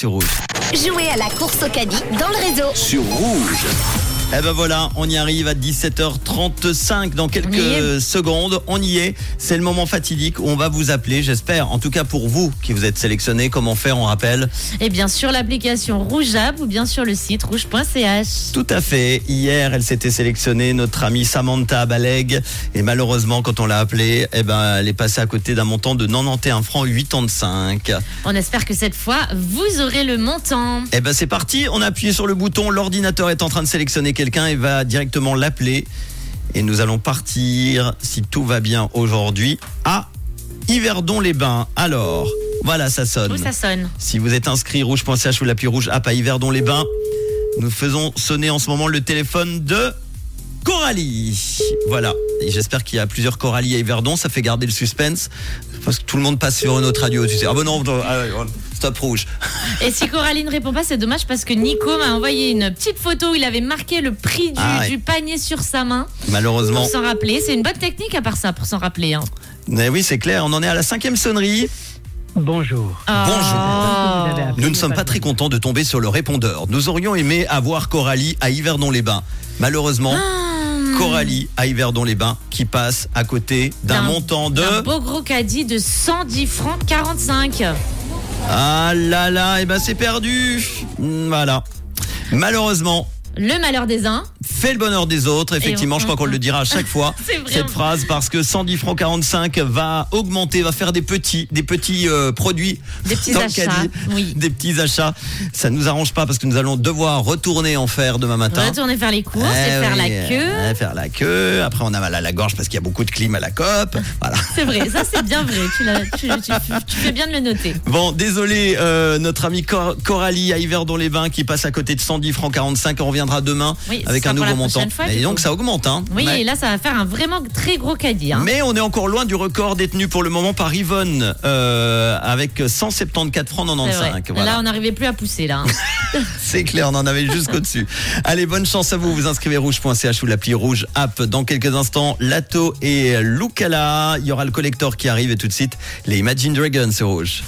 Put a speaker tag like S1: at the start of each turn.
S1: sur Rouge.
S2: Jouer à la course au caddie dans le réseau.
S1: Sur Rouge Eh ben voilà, on y arrive à 17h35 dans quelques
S2: Oui.
S1: secondes. On y est. C'est le moment fatidique où on va vous appeler, j'espère. En tout cas pour vous qui vous êtes sélectionnés, comment faire, on rappelle.
S3: Et bien sur l'application Rougeab ou bien sur le site rouge.ch.
S1: Tout à fait. Hier, elle s'était sélectionnée, notre amie Samantha Baleg. Et malheureusement, quand on l'a appelée, eh ben, elle est passée à côté d'un montant de 91 francs 85.
S3: On espère que cette fois, vous aurez le montant.
S1: Eh ben c'est parti, on a appuyé sur le bouton, l'ordinateur est en train de sélectionner quelqu'un et va directement l'appeler. Et nous allons partir, si tout va bien aujourd'hui, à Yverdon-les-Bains. Alors, voilà, ça sonne.
S3: Où ça sonne
S1: Si vous êtes inscrit rouge.ch ou l'appui rouge app à Yverdon-les-Bains, nous faisons sonner en ce moment le téléphone de Coralie. Voilà. Et j'espère qu'il y a plusieurs Coralie à Yverdon, ça fait garder le suspense. Parce que tout le monde passe sur une autre radio, tu sais. Ah bon, non, non, ah, stop rouge.
S3: Et si Coralie ne répond pas, c'est dommage parce que Nico m'a envoyé une petite photo où il avait marqué le prix du,
S1: Ah ouais.
S3: du panier sur sa main pour
S1: Malheureusement.
S3: s'en rappeler. C'est une bonne technique à part ça pour s'en rappeler. hein.
S1: Mais Eh oui, c'est clair, on en est à la cinquième sonnerie.
S4: Bonjour.
S3: Oh.
S4: Bonjour.
S1: Nous ne sommes pas très contents de tomber sur le répondeur. Nous aurions aimé avoir Coralie à Yverdon-les-Bains. Malheureusement,
S3: Ah, hmm.
S1: Coralie à Yverdon-les-Bains qui passe à côté d'un
S3: D'un-
S1: montant de...
S3: Un beau gros caddie de 110 francs 45.
S1: Ah là là, et ben c'est perdu Hmm, Voilà. Malheureusement,
S3: Le malheur des uns.
S1: fait le bonheur des autres. Effectivement,
S3: on-
S1: je crois qu'on le dira à chaque fois,
S3: C'est vrai.
S1: cette phrase, parce que 110 francs 45 va augmenter, va faire des petits, des petits euh, produits.
S3: Des petits
S1: dans le
S3: achats,
S1: caddie.
S3: oui.
S1: Des petits achats. Ça nous arrange pas parce que nous allons devoir retourner en faire demain matin.
S3: Retourner faire les courses
S1: Eh
S3: et faire
S1: oui,
S3: la queue.
S1: euh, faire la queue. Après, on a mal à la gorge parce qu'il y a beaucoup de clim à la COP. Voilà.
S3: C'est vrai, ça c'est bien vrai. Tu, l'as- tu- tu- tu fais bien de le noter.
S1: Bon, désolé, euh, notre amie Cor- Coralie à Yverdon-les-Bains qui passe à côté de 110 francs 45. On reviendra demain
S3: Oui, ce
S1: avec
S3: sera
S1: un
S3: pour
S1: nouveau
S3: la
S1: montant.
S3: prochaine fois,
S1: et
S3: du
S1: donc,
S3: coup.
S1: ça augmente. Hein.
S3: Oui,
S1: Ouais.
S3: et là, ça va faire un vraiment très gros caddie. hein.
S1: Mais on est encore loin du record détenu pour le moment par Yvonne euh, avec 174 francs
S3: C'est vrai.
S1: 95. Voilà.
S3: Là, on n'arrivait plus à pousser, là. hein.
S1: C'est clair, on en avait jusqu'au dessus. Allez, bonne chance à vous. Vous inscrivez rouge.ch ou l'appli rouge app. Dans quelques instants, Lato et Lucala. Il y aura le collector qui arrive et tout de suite les Imagine Dragons sur rouge.